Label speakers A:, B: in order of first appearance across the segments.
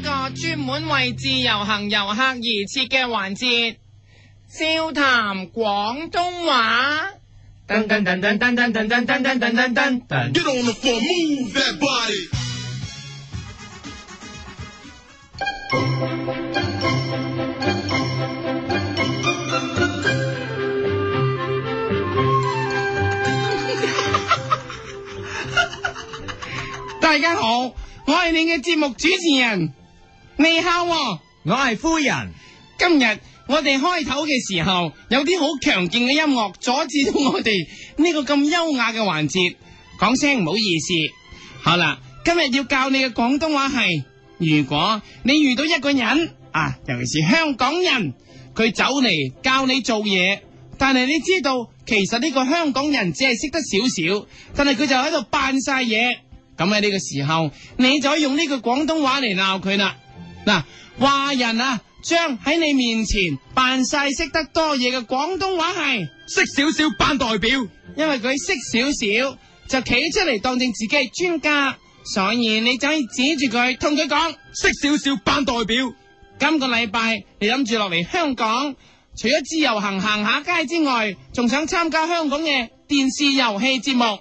A: 個專門為自由行遊客而設嘅環節，笑談廣東話。噔噔噔噔噔噔噔噔噔噔噔噔噔。
B: Get on the floor, move that body.
C: 大家好，我係你嘅節目主持人，你好喎、
A: 我係夫人，
C: 今日我哋開頭嘅時候有啲好強勁嘅音樂阻止到我哋呢個咁優雅嘅環節，講聲唔好意思。好啦，今日要教你嘅廣東話係，如果你遇到一個人啊，尤其是香港人，佢走嚟教你做嘢，但係你知道其實呢個香港人只係識得少少，但係佢就喺度扮晒嘢。咁喺呢個時候，你就可以用呢句廣東話嚟鬧佢啦。嗱，話人啊，將喺你面前扮晒識得多嘢嘅廣東話係，
A: 識少少班代表。
C: 因為佢識少少就企出嚟當正自己係專家，所以你就可以指住佢同佢講，
A: 識少少班代表，
C: 今個禮拜你諗住落嚟香港，除咗自由行行下街之外，仲想參加香港嘅電視遊戲節目。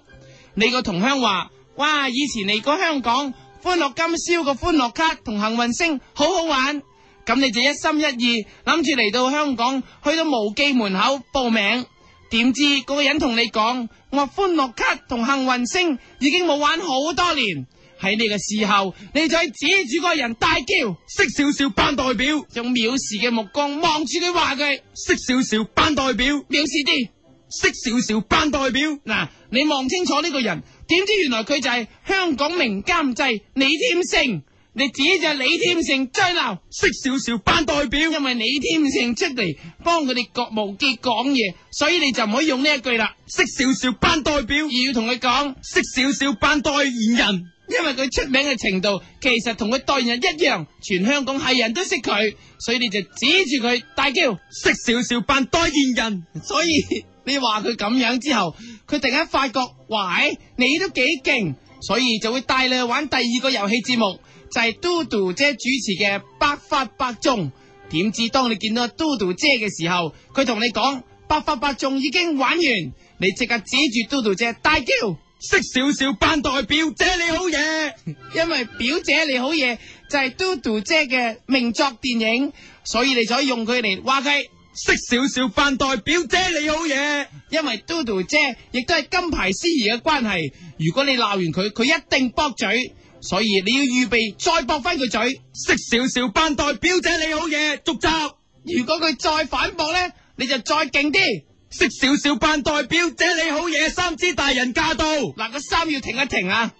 C: 你個同鄉話：，哇！以前嚟過香港，歡樂今宵個歡樂卡同幸運星好好玩。咁你就一心一意諗住嚟到香港，去到無記門口報名。點知嗰個人同你講：，我歡樂卡同幸運星已經冇玩好多年。喺呢個時候，你就可以指住嗰個人大叫。
A: 識少少班代表，
C: 用藐視嘅目光望住佢話佢
A: 識少少班代表，
C: 藐視啲。
A: 識少少班代表，
C: 嗱，你望清楚呢個人，點知原來佢就係香港名監製李添勝。你指就係李添勝追鬧，
A: 識少少班代表，
C: 因為李添勝出嚟幫佢哋國務機講嘢，所以你就唔可以用呢一句啦，
A: 識少少班代表
C: 而，要同佢講，
A: 識少少班代言人，
C: 因為佢出名嘅程度其實同佢代言人一樣，全香港係人都識佢，所以你就指住佢大叫。
A: 識少少班代言人，
C: 所以你話佢咁樣之後，佢突然間發覺，喂，你都幾勁，所以就會帶你去玩第二個遊戲節目，就係嘟嘟姐主持嘅《百發百中》。點知當你見到嘟嘟姐嘅時候，佢同你講《百發百中》已經玩完，你即刻指住嘟嘟姐大叫，
A: 識少少班代表，姐你好嘢。
C: 因為表姐你好嘢就係嘟嘟姐嘅名作電影，所以你就可以用佢嚟話佢。
A: 識少少班代表姐你好嘢，
C: 因為嘟嘟姐亦都係金牌司儀嘅關係，如果你鬧完佢，佢一定駁嘴，所以你要預備再駁翻佢嘴。
A: 識少少班代表姐你好嘢，續集。
C: 如果佢再反駁呢，你就再勁啲。
A: 識少少班代表姐你好嘢，三支大人駕到。
C: 嗱，個衫要停一停啊！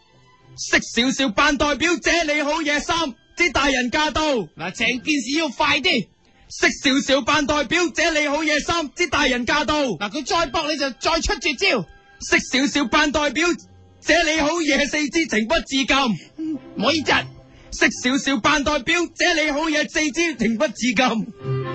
A: 識少少班代表姐你好嘢，三支大人駕到。
C: 嗱，成件事要快啲。
A: 識少少班代表姐你好嘢，三支大人駕到。
C: 嗱，佢再駁你就再出絕招，
A: 識少少班代表姐你好嘢，四支情不自禁。
C: 唔可以窒。
A: 識少少班代表姐你好嘢，四支情不自禁。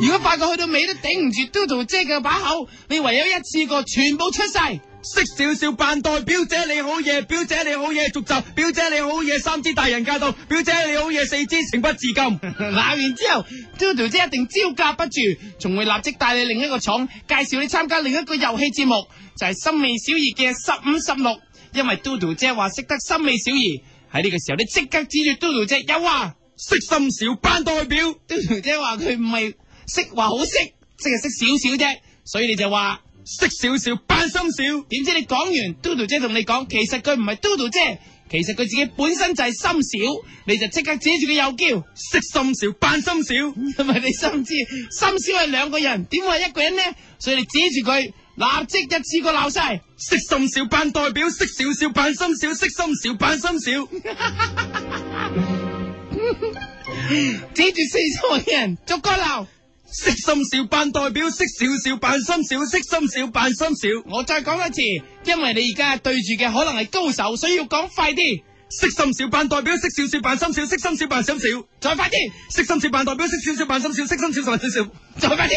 C: 如果發覺去到尾都頂唔住嘟嘟姐嘅把口，你唯有一次過全部出晒。
A: 識少少扮代表姐你好嘢，表姐你好嘢，續集表姐你好嘢，三支大人駕到，表姐你好嘢，四支情不自 禁。
C: 鬧完之後，Dodo 姐一定招架不住，仲會立即帶你另一個廠，介紹你參加另一個遊戲節目，就係、森美小儀嘅十五十六。因為 Dodo 姐話識得森美小儀，喺呢個時候你即刻指住 Dodo 姐有啊
A: 識心小班代 表，
C: ！Dodo 姐話佢唔係識話好識，即係識少少啫，所以你就話。
A: 識少少扮心小，
C: 點知你講完，Dodo 姐同你講，其實佢唔係 Dodo 姐，其實佢自己本身就係心小，你就即刻指住佢又叫。
A: 識心小扮心小，
C: 因為 你心知心小係兩個人，點會係一個人呢？所以你指住佢，立即一次過鬧晒。
A: 識心小扮代表，識少少扮心小，識心小扮心小，
C: 指住四周圍嘅人逐個鬧。
A: 識心小扮代表，識少少扮心小，識心小扮心小，
C: 我再講一次，因為你而家對住嘅可能係高手，所以要講快啲，
A: 識心小扮代表，識少少扮心小，識心小扮心小，
C: 再快啲，
A: 識心小扮代表，識少少扮心小，識心小扮心小。
C: 再快啲，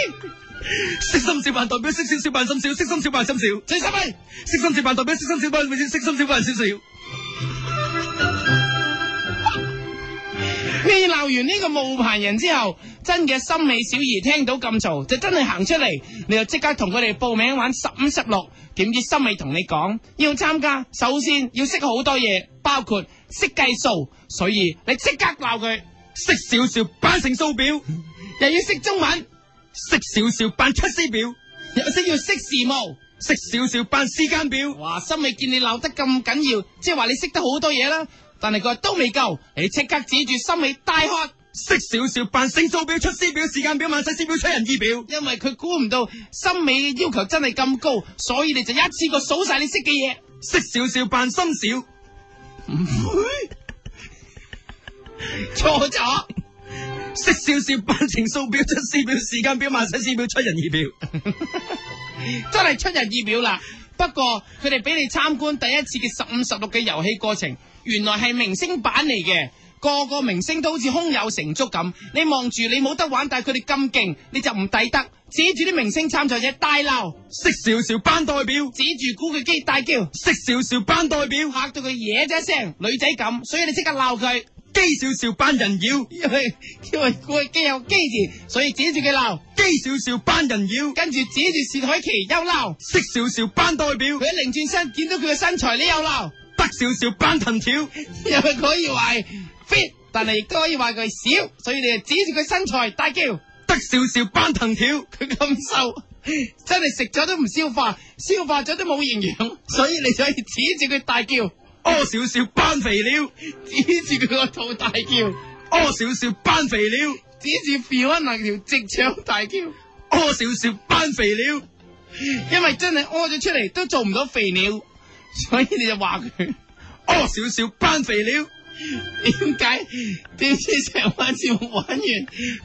A: 識心小扮代表，識少少扮心少，識心小扮心少，
C: 最失禮。
A: 識心小扮代表，識心小扮識心小扮少少。
C: 呢教完呢個冒牌人之後，真嘅森美小儀聽到咁嘈，就真係行出嚟，你就即刻同佢哋報名玩十五十六。點知森美同你講，要參加，首先要識好多嘢，包括識計數，所以你即刻鬧佢，
D: 識少少扮成數表，
C: 又要識中文，
D: 識少少扮出師表，
C: 又識要識時務。
D: 識少少扮時間表，
C: 哇！森美見你鬧得咁緊要，即係話你識得好多嘢啦，但係佢話都未夠，你即刻指住森美大喝。
D: 識少少扮成數表、出師表、時間表、萬世師表、出人意表。
C: 因為佢估唔到森美嘅要求真係咁高，所以你就一次過數晒你識嘅嘢。
D: 識少少扮心少，
C: 錯咗，
D: 識少少扮成數表、出師表、時間表、萬世師表、出人意表。
C: 真係出人意表啦。不過佢哋俾你參觀第一次嘅十五十六嘅遊戲過程，原來係明星版嚟嘅。個個明星都好似胸有成竹咁，你望住你冇得玩，但係佢哋咁勁，你就唔抵得，指住啲明星參賽者大鬧，
D: 識少少扮代表，
C: 指住古巨基大叫，
D: 識少少扮代表，
C: 嚇到佢嘢咗一聲，女仔咁，所以你即刻鬧佢。
D: 機少少扮人妖，
C: 因為因為佢機有機字，所以指住佢鬧，
D: 機少少扮人妖，
C: 跟住指住薛凱琪又鬧，
D: 識少少扮代表，
C: 佢一擰轉身見到佢嘅身材，你又鬧，
D: 得少少扮藤條，
C: 因為佢可以話係 fit，但係亦都可以話佢係少，所以你就指住佢身材大叫，
D: 得少少扮藤條，
C: 佢咁瘦，真係食咗都唔消化，消化咗都冇營養，所以你就可以指住佢大叫，
D: 屙少少扮肥料，
C: 指住佢個肚大叫，
D: 屙少少扮肥料，
C: 指住 Fiona 條直腸大叫。
D: 屙少少扮肥料。
C: 因為真係屙咗出嚟都做唔到肥料，所以你就話佢
D: 屙少少班肥料，
C: 點解？點知成晚節目玩完，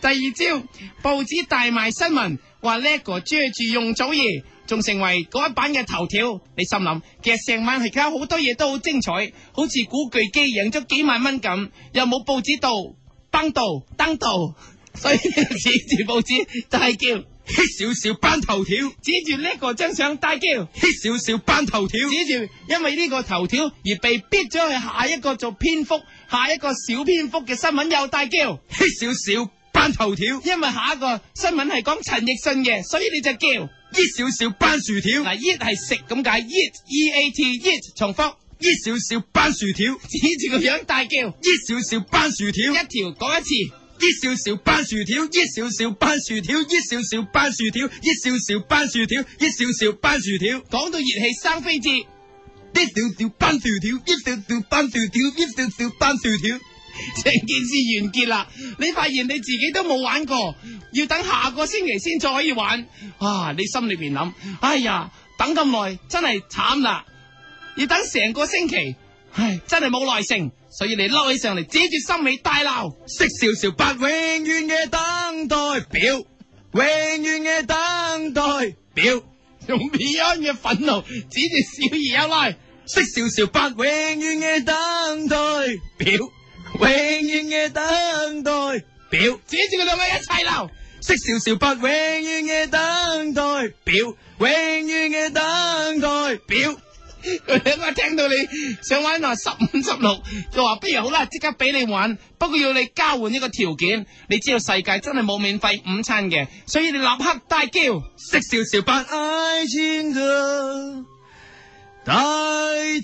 C: 第二朝報紙大賣新聞，話叻哥追住用祖兒，仲成為嗰一版嘅頭條。你心諗，其實成晚而家好多嘢都好精彩，好似古巨基贏咗幾萬蚊咁，又冇報紙度登 度登度，所以你就指住報紙大叫，
D: 吃少少班頭條，
C: 指住叻哥張相大叫。
D: 吃少少班頭條，
C: 指住因為呢個頭條而被逼咗去下一個做篇幅、下一個小篇幅嘅新聞又大叫，
D: 吃少少班頭條，
C: 因為下一個新聞係講陳奕迅嘅，所以你就叫
D: 搣少少班薯條，
C: 嗱，eat 係食咁解，eat e a t eat 重複，
D: 搣少少班薯條，
C: 指住個樣大叫，一
D: 搣少少班薯條，
C: 條講一次，
D: 搣少少班薯條，搣少少班薯條，搣少少班薯條，搣少少班薯條，搣少少班薯條，
C: 講到熱氣生飛滋，
D: 搣少少班薯條，搣少少班薯條，搣少少班薯條，
C: 成件事完結啦。你發現你自己都冇玩過，要等下個星期先再可以玩。啊，你心裏邊諗，哎呀，等咁耐真係慘啦。要等成個星期，唉，真係冇耐性，所以你嬲起上嚟，指住心尾大鬧，
D: 識少少八永遠嘅等待表，永遠嘅等待表，
C: 用 Beyond 嘅憤怒指住小儀有來，
D: 識少少八永遠嘅等待表，永遠嘅等待表，
C: 指住佢兩個一齊鬧，
D: 識少少八永遠嘅等待表，永遠嘅等待表，
C: 佢兩個聽到你想玩啊十五十六，就話不如好啦，即刻俾你玩，不過要你交換一個條件，你知道世界真係冇免費午餐嘅，所以你立刻大叫，
D: 識少少八愛情的代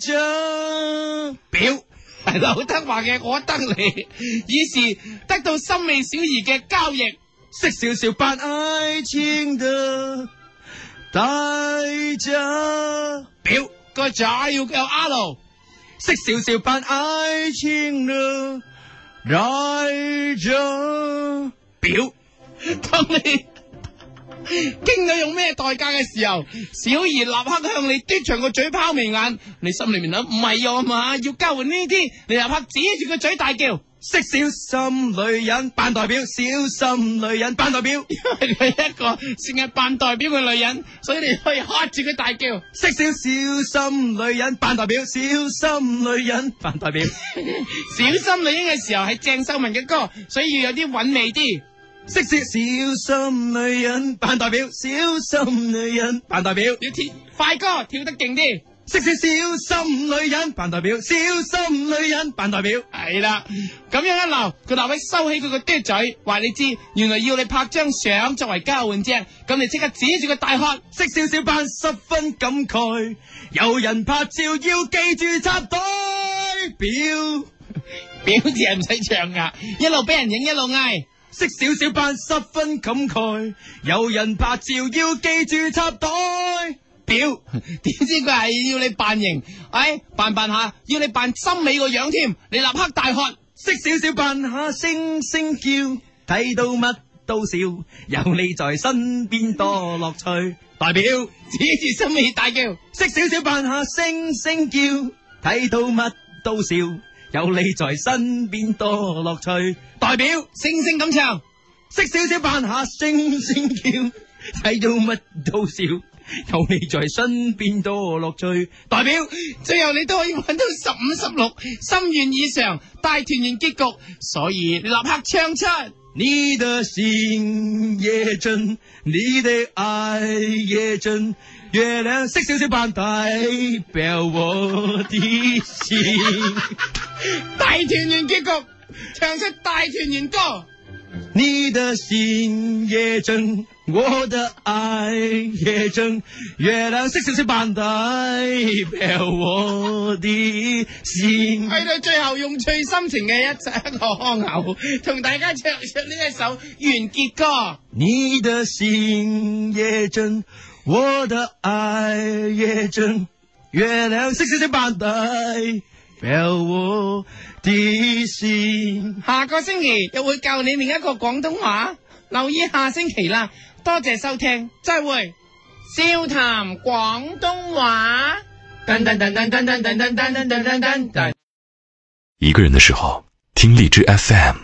D: 價表。
C: 係劉德華嘅我得你，於是得到心美小儀嘅交易。
D: 識少少扮愛情的代價表，
C: 個仔要有 R，
D: 識少少扮愛情的代價表，
C: 當你 經到用咩代價嘅時候，小儀立刻向你嘟長個嘴拋眉眼，你心裏面諗唔係啊嘛，要交換呢啲，你立刻指住個嘴大叫，
D: 識小心女人扮代表，小心女人扮代表，
C: 因為佢係一個成日扮代表嘅女人，所以你可以嚇住佢大叫，
D: 識少小心女人扮代表，小心女人扮代表，
C: 小心女人嘅時候係鄭秀文嘅歌，所以要有啲韻味啲。
D: 識少小心女人扮代表，小心女人扮代表。
C: 要跳快歌跳得勁啲，
D: 識識小心女人扮代表，小心女人扮代表。
C: 系啦，咁樣一鬧，佢立位收起佢個嗲嘴，話你知，原來要你拍張相作為交換啫。咁你即刻指住佢大喝，
D: 識少少扮十分感慨，有人拍照要記住插袋表。
C: 表字係唔使唱啊噶，一路俾人影一路嗌。
D: 識少少扮十分感慨，有人拍照要記住插袋
C: 表，點知佢係要你扮型，哎，扮扮下，要你扮森美個樣添，你立刻大喝。
D: 識少少扮下星星叫，睇到乜都笑，有你在身邊多樂趣。代表
C: 指住森美大叫，
D: 識少少扮下星星叫，睇到乜都笑，有你在身邊多樂趣。代表
C: 星星咁唱。
D: 識少少扮下星星叫，睇到乜都笑，有你在身邊多樂趣。代表
C: 最後你都可以揾到十五十六，心願以上，大團圓結局，所以你立刻唱出。
D: 你的心也真，你的愛也真。月亮識少少扮代表我的心。
C: 大團圓結局，唱出大團圓歌。
D: 你的心也真，我的爱也真。月亮識少少扮代表我的心。
C: 去到最後，用最深情嘅一一個腔口，同大家唱唱呢一首完結歌。
D: 你的心也真，我的爱也真。月亮識少少扮代表我的心。
C: 下個星期又會教你另一個廣東話，留意下星期啦。多謝收聽，再會。笑談廣東話。
A: 噔噔噔噔噔噔噔噔噔噔噔噔噔。
E: 一个人的时候，听荔枝 FM。